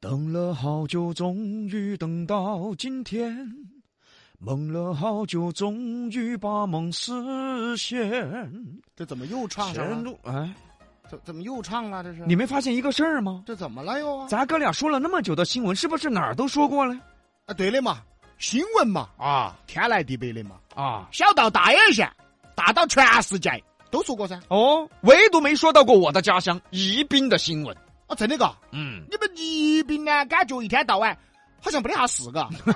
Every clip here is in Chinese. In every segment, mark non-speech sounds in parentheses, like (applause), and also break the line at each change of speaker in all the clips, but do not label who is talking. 等了好久，终于等到今天；梦了好久，终于把梦实现。
这怎么又唱上
前
了？
路，哎，
怎怎么又唱啊了？这是
你没发现一个事儿吗？
这怎么了又啊？
咱哥俩说了那么久的新闻，是不是哪儿都说过了
啊，对的嘛，新闻嘛，
啊
天南地北的嘛，
啊？
小到大洋县，大到全世界都说过噻。
哦，唯独没说到过我的家乡宜宾的新闻。
啊，真的嘎，
嗯，
你们宜宾呢，感觉一天到晚好像没得啥事嘎， (laughs)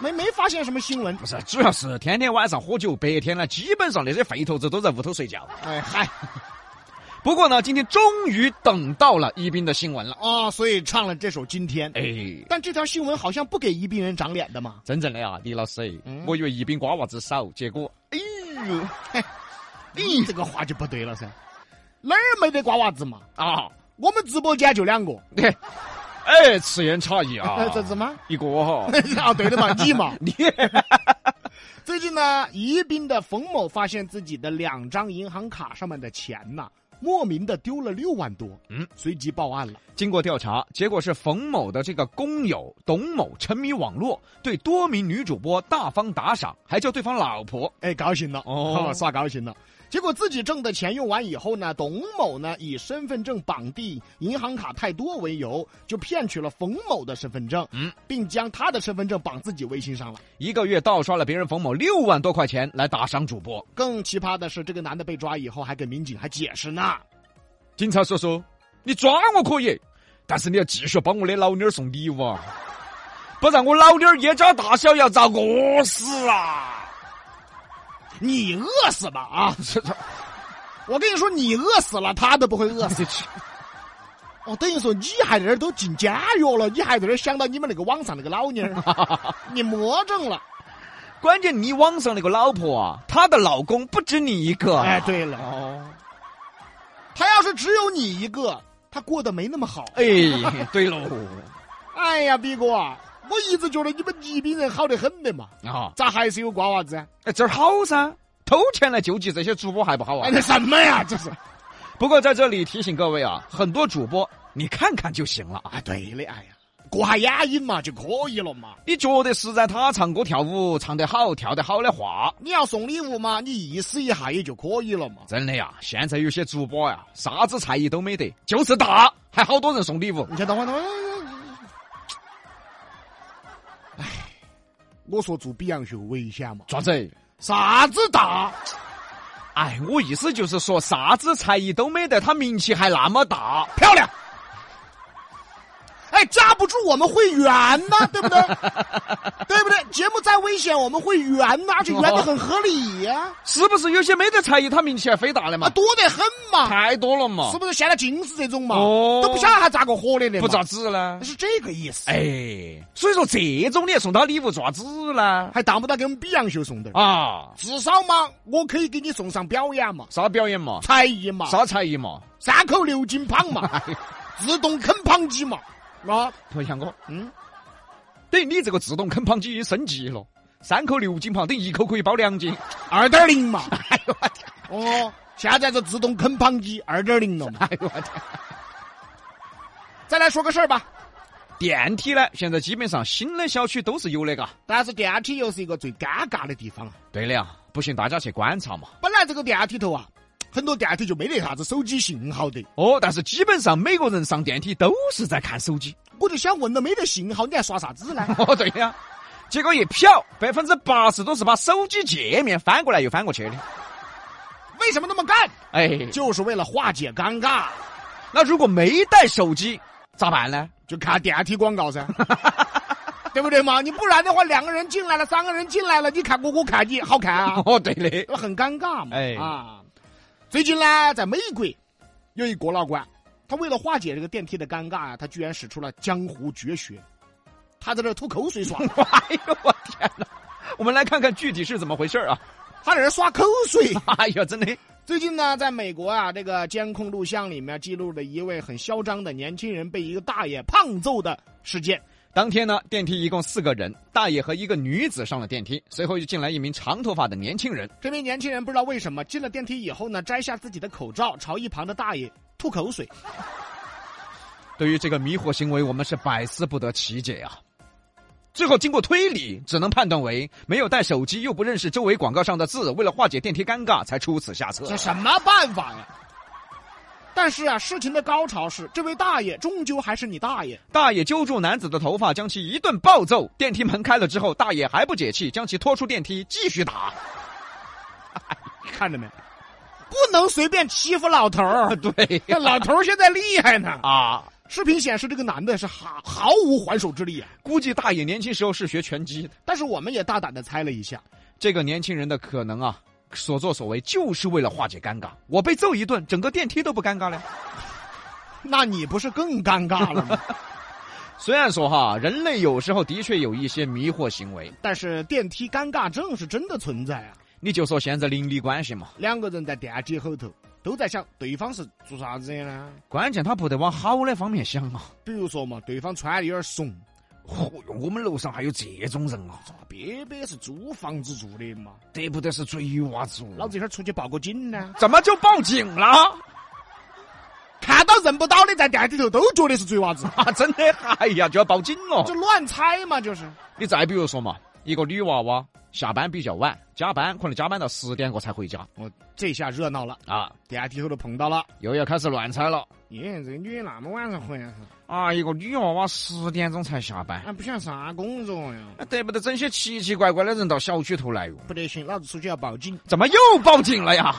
没没发现什么新闻
不。是，主要是天天晚上喝酒，白天呢，基本上那些废头子都在屋头睡觉。
哎嗨，
不过呢，今天终于等到了宜宾的新闻了。
哦，所以唱了这首《今天》。
哎，
但这条新闻好像不给宜宾人长脸的嘛。
真正的啊，李老师，
嗯
我以为宜宾瓜娃子少，结果
哎呦，哎嘿你这个话就不对了噻，哪儿没得瓜娃子嘛？
啊，
我们直播间就两个，，
嘿哎，此言差矣啊
(laughs)
(laughs)
这怎么？
一个哈，
(laughs) 啊，对的嘛，你嘛。
你
最近呢，宜宾的冯某发现自己的两张银行卡上面的钱呐、莫名的丢了六万多，
嗯
嗯，随即报案了。
经过调查，结果是冯某的这个工友董某沉迷网络，对多名女主播大方打赏，还叫对方老婆。
哎，高兴 (laughs) 了
哦
哦，耍高兴了。结果自己挣的钱用完以后呢，董某呢以身份证绑定银行卡太多为由，就骗取了冯某的身份证，
嗯
嗯，并将他的身份证绑自己微信上了。
一个月盗刷了别人冯某六万多块钱来打赏主播。
更奇葩的是，这个男的被抓以后还给民警还解释呢。
警察叔叔，你抓我可以，但是你要继续帮我的老妞儿送礼物啊，不然我老妞儿一家大小要遭饿死啊！
你饿死吧啊！
这这 (laughs)
我跟你说，你饿死了，他都不会饿
这
死。 (laughs)
这
哦，等于说你还在这儿都进监狱了，你还在这儿想到你们那个网上那个老妞儿，你魔怔了。
关键你网上那个老婆啊，她的老公不止你一个。
哎，，对了，
哦，
他要是只有你一个，他过得没那么好。
哎，对喽，
哎呀，毕哥，啊，我一直觉得你们宜宾人好得很的嘛，
啊，
咋还是有瓜娃子啊？
哎，这儿好噻，偷钱来救济这些主播还不好啊
哎，？这什么呀？这是？
不过在这里提醒各位啊，很多主播你看看就行了啊，
哎，对的，哎呀，过下眼瘾嘛就可以了嘛。
你觉得实在他唱歌跳舞唱得好、跳得好的话，
你要送礼物嘛，你意思一下也就可以了嘛。
真的呀，现在有些主播呀，啥子才艺都没得，就是大，还好多人送礼物。
你先等会儿，等会儿。哎，我说做比洋秀危险嘛？
爪子？
啥子大？
哎，我意思就是说，啥子才艺都没得，他名气还那么大。
漂亮！哎，架不住我们会圆呐、
(laughs)
对不对？对不对？节目再危险，我们会圆呐、而且圆的很合理呀、
是不是有些没得才艺，他名气还非大的
啊，
嘛？
多得很嘛，
太多了嘛
是，不是？现在尽是这种嘛，
哦
都不晓得他咋个火的呢，
不咋，子呢。
是这个意思。哎，
哎，所以说这种你还送他礼物咋子呢？
还当不当给我们比洋秀送点儿？
啊，
至少嘛，我可以给你送上表演嘛，
啥表演嘛？
才艺嘛，
啥才艺嘛？
三口六斤胖嘛，自动啃胖机嘛，啊，
不像我，
嗯，
等于你这个自动啃胖机升级了，三口六斤胖，等于一口可以包两斤。
二点零嘛，
哎呦我天！
哦，现在是自动啃胖机二点零了嘛。
哎呦我天！
再来说个事儿吧，
电梯呢，现在基本上新的小区都是有的嘎。
但是电梯又是一个最尴尬的地方啊。
对的呀，不信大家去观察嘛。
本来这个电梯头啊，很多电梯就没得啥子手机信号的。
哦，但是基本上每个人上电梯都是在看手机。
我就想问了，没得信号，你还刷啥
(laughs)
子呢？
哦，对呀，结果一瞟，百分之八十都是把手机界面翻过来又翻过去的。
为什么那么干？
哎，
就是为了化解尴尬，
那如果没带手机咋办呢？
就看电梯广告噻，对不对嘛？你不然的话，两个人进来了，三个人进来了，你看我，我看你，好看啊，
(laughs) 哦，对的，
那很尴尬嘛。
哎
啊，最近呢，在美国有一国老倌，他为了化解这个电梯的尴尬啊，他居然使出了江湖绝学，他在这儿吐口水耍。
哎呦我天哪！我们来看看具体是怎么回事啊！
他在这耍口水。
哎呀，真的，
最近呢，在美国啊，这个监控录像里面记录了一位很嚣张的年轻人被一个大爷胖揍的事件。
当天呢，电梯一共四个人，大爷和一个女子上了电梯，随后又进来一名长头发的年轻人。
这名年轻人不知道为什么进了电梯以后呢，摘下自己的口罩，朝一旁的大爷吐口水。
对于这个迷惑行为，我们是百思不得其解啊。最后经过推理，只能判断为没有带手机，又不认识周围广告上的字，为了化解电梯尴尬，才出此下策。
这什么办法呀？但是啊，事情的高潮是，这位大爷终究还是你大爷。
大爷揪住男子的头发，将其一顿暴揍。电梯门开了之后，大爷还不解气，将其拖出电梯，继续打。
看着没？不能随便欺负老头儿，
对
那老头儿现在厉害呢。
啊，
视频显示，这个男的是毫毫无还手之力啊。
估计大爷年轻时候是学拳击的。
但是我们也大胆的猜了一下，
这个年轻人的可能啊，所作所为就是为了化解尴尬。我被揍一顿，整个电梯都不尴尬了。
那你不是更尴尬了吗？
虽然说哈，人类有时候的确有一些迷惑行为，
但是电梯尴尬症是真的存在啊。
你就说现在邻里关系嘛，
两个人在电梯后头都在想对方是做啥子的呢？
关键他不得往好的方面想啊。
比如说嘛，对方穿的有点怂，
嚯哟，我们楼上还有这种人啊，
别别是租房子住的嘛，
得不得是贼娃子哦？
老子一会儿出去报个警呢。
怎么就报警了？ (laughs)
看到认不到的在电梯头都觉得是嘴娃子，
啊，真的， (laughs) 哎呀，就要报警了。
就乱猜嘛，就是。
你再比如说嘛，一个女娃娃下班比较晚，加班可能加班到十点过才回家
我这下热闹了，
啊，
电梯后头碰到了，
又要开始乱猜了。
耶，这个女的那么晚才回来，
啊，一个女娃娃十点钟才下班，
啊，不想啥工作呀？
得不得整些奇奇怪怪的人到小区头来哟？
不得行，老子出去要报警。
怎么又报警了呀？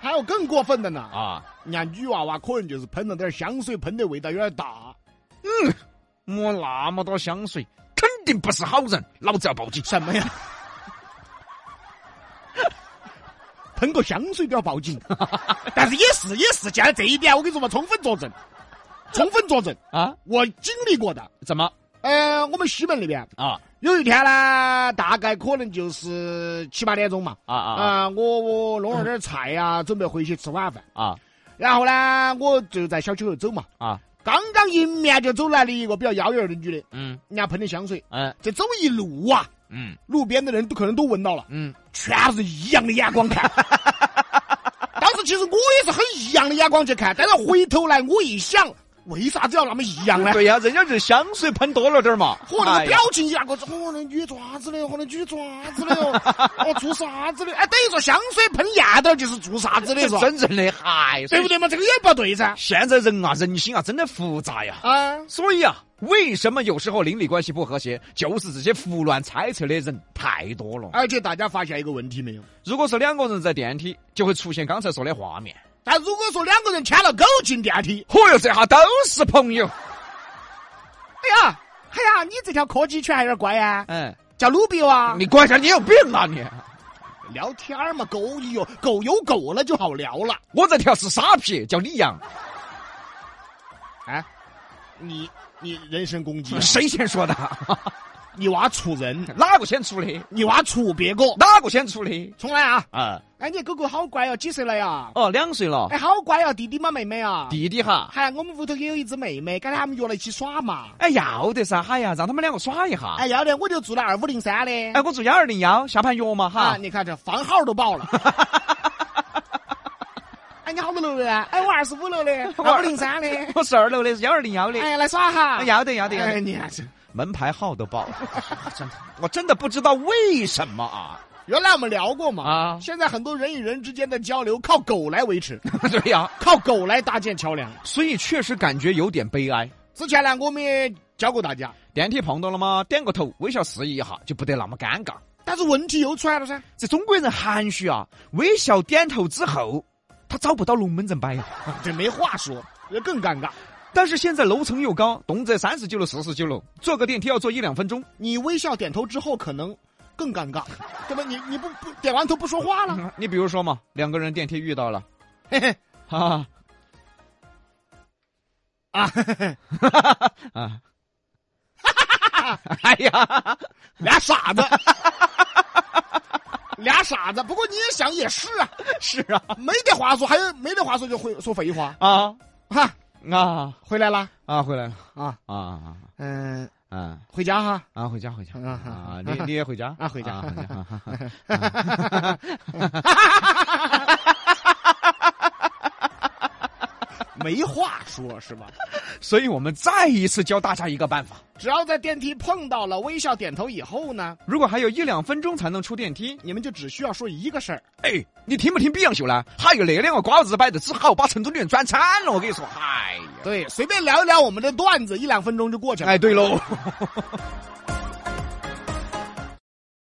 还有更过分的呢，
啊，
人家女娃娃可能就是喷了点香水，喷的味道有点大。
抹那么多香水，肯定不是好人，老子要报警。
什么呀？喷个香水都要报 (laughs) 警，但是也是也是，现在这一点我跟你说嘛，充分作证，充分作证，
(laughs) 啊？
我经历过的。
怎么
呃，我们西门那边
啊
有一天呢，大概可能就是七八点钟嘛，
啊啊
啊、我我弄了点菜呀、准备回去吃晚饭。
啊
然后呢，我就在小区头走嘛，
啊？
刚刚迎面就走来了一个比较妖艳的女的，
嗯
人家喷的香水，
嗯
这走一路啊，
嗯
路边的人都可能都闻到了，
嗯，
全是异样的眼光看。当时其实我也是很异样的眼光去看，但是回头来我一想，为啥子要那么异样呢？
对呀、人家是香水喷多了点儿嘛。
嚯，那
哎
个
呀
表情一下，我嚯，那女爪子的哟，哦嚯，那女爪子的 (laughs) 哟，哦，做啥子的？哎，等于说香水喷艳点儿就是做啥子的
这
(laughs) 是吧？
真正的嗨，
对不
对？
对嘛？这个也不对噻。
现在人啊，人心啊，真的复杂呀。
啊，
所以啊，为什么有时候邻里关系不和谐，就是这些胡乱猜测的人太多了。
而且大家发现一个问题没有？
如果是两个人在电梯，就会出现刚才说的画面。
但如果说两个人牵了狗进电梯，
嚯哟，这下都是朋友。
哎呀，哎呀，你这条柯基犬还有点乖呀、
嗯，
叫鲁比哇。
你管一下，你有病啊你！
聊天儿嘛，狗有狗有狗了就好聊了。
我这条是沙皮，叫李
(laughs)
阳。
哎，你你人身攻击、啊，
谁先说的？ (laughs)
你娃出人，
哪个先出的？
你娃出别个。
哪个先出的？
重来哦啊！
啊，
哎，你狗狗好乖哦，几岁了呀？
哦，两岁了。
哎，好乖哦，弟弟嘛，妹妹啊。
弟弟哈，
嗨，我们屋头也有一只妹妹，刚才他们约了一起耍嘛。
哎，要得噻，哎呀，让他们两个耍一下。
哎，要得，我就住了二五零三的。
啊哎，我住幺二零幺，下盘约嘛
啊，
哈。
你看这房号都
(laughs)
报了。哎，你好多楼的啊？哎，我二十五楼的，二五零三的。
我是二楼的，是幺二零幺的。
哎，来耍哈。
哎，要得要得要
哎，
得，
你看这，
门牌号都报了，
(laughs)
真的，我真的不知道为什么啊
原来我们聊过嘛。
啊！
现在很多人与人之间的交流靠狗来维持，
(laughs) 对呀、
靠狗来搭建桥梁。
所以确实感觉有点悲哀。
之前呢，我们也教过大家，
电梯碰到了嘛，点个头，微笑示意一下，就不得那么尴尬。
但是问题又出来了噻。
这中国人含蓄啊，微笑点头之后，他找不到龙门阵摆呀。
这没话说，这更尴尬。
但是现在楼层又高，动辄三十九楼、四十九楼，坐个电梯要坐一两分钟。
你微笑点头之后，可能更尴尬，对吧？你你不不点完头不说话了，
你比如说嘛，两个人电梯遇到了，
嘿嘿
哈、哈
啊，嘿嘿
啊， (laughs) 哎呀，
俩
(laughs)
傻子，俩傻子。不过你也想也是啊，
是啊，
没得话说，还有没得话说就会说废话
啊
哈。
啊
回来啦
啊，回来了
啊，
啊啊
嗯、
啊啊
回家哈。
啊，回家回家
啊
啊，你你也回家
(laughs) 啊回家
啊回家啊啊
没话说是吧？
所以我们再一次教大家一个办法：
只要在电梯碰到了，微笑点头以后呢，
如果还有一两分钟才能出电梯，
你们就只需要说一个事儿。
哎，你听不听 B 样秀呢？还有那两个瓜子摆的，只好把成都女人转惨了。我跟你说，哎呀，
对，随便聊一聊我们的段子，一两分钟就过去了。
哎，对喽。